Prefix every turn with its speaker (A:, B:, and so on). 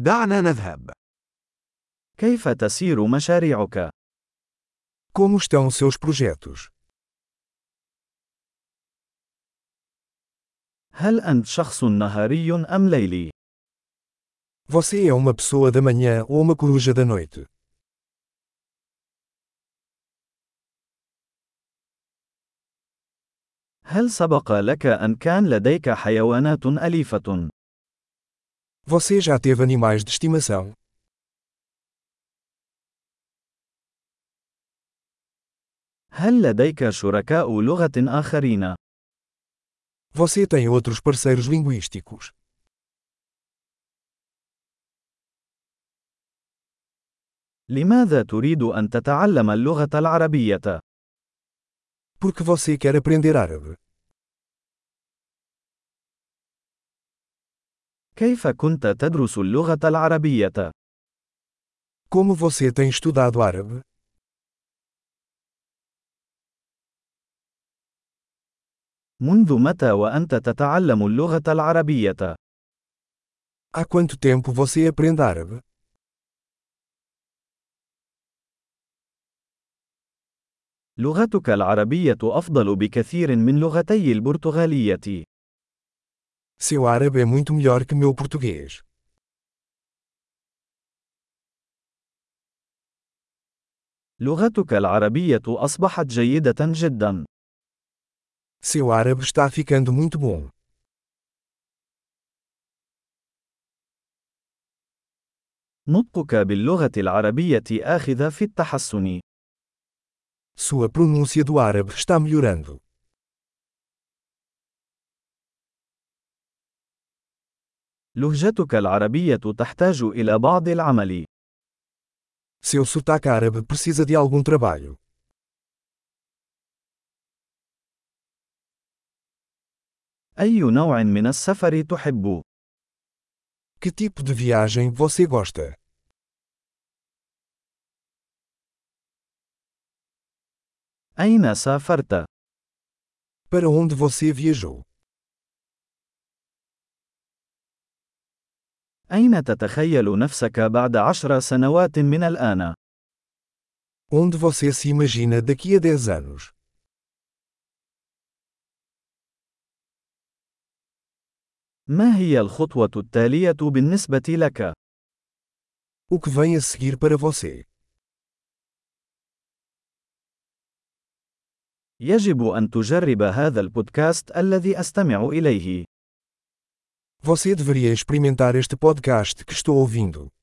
A: دعنا نذهب.
B: كيف تسير مشاريعك؟
C: Como estão seus projetos?
B: هل أنت شخص نهاري أم ليلي؟
C: Você é uma pessoa da manhã ou uma coruja da noite?
B: هل سبق لك أن كان لديك حيوانات أليفة؟
C: Você já teve animais de estimação?
B: هل لديك شركاء لغة آخرين؟
C: Você tem outros parceiros linguísticos?
B: لماذا تريد أن تتعلم اللغة العربية؟
C: Por que você quer aprender árabe?
B: كيف كنت تدرس اللغة العربية؟
C: Como você tem estudado árabe?
B: منذ متى وأنت تتعلم اللغة العربية؟
C: Há quanto tempo você aprende árabe?
B: لغتك العربية أفضل بكثير من لغتي البرتغالية.
C: Seu árabe é muito melhor que meu português.
B: لغتك العربية أصبحت جيدة جدا.
C: Seu árabe está ficando muito bom.
B: نطقك باللغة العربية آخذ في التحسن.
C: Sua pronúncia do árabe está melhorando.
B: لهجتك العربية تحتاج إلى بعض العمل.
C: Seu sotaque árabe precisa de algum trabalho.
B: أي نوع من السفر تحب؟
C: Que tipo de viagem você gosta?
B: أين سافرت؟
C: Para onde você viajou?
B: أين تتخيل نفسك بعد عشر سنوات من الآن؟
C: Onde você se imagina daqui a 10 anos?
B: ما هي الخطوة التالية بالنسبة لك؟
C: O que vem a seguir para você?
B: يجب أن تجرب هذا البودكاست الذي أستمع إليه.
C: Você deveria experimentar este podcast que estou ouvindo.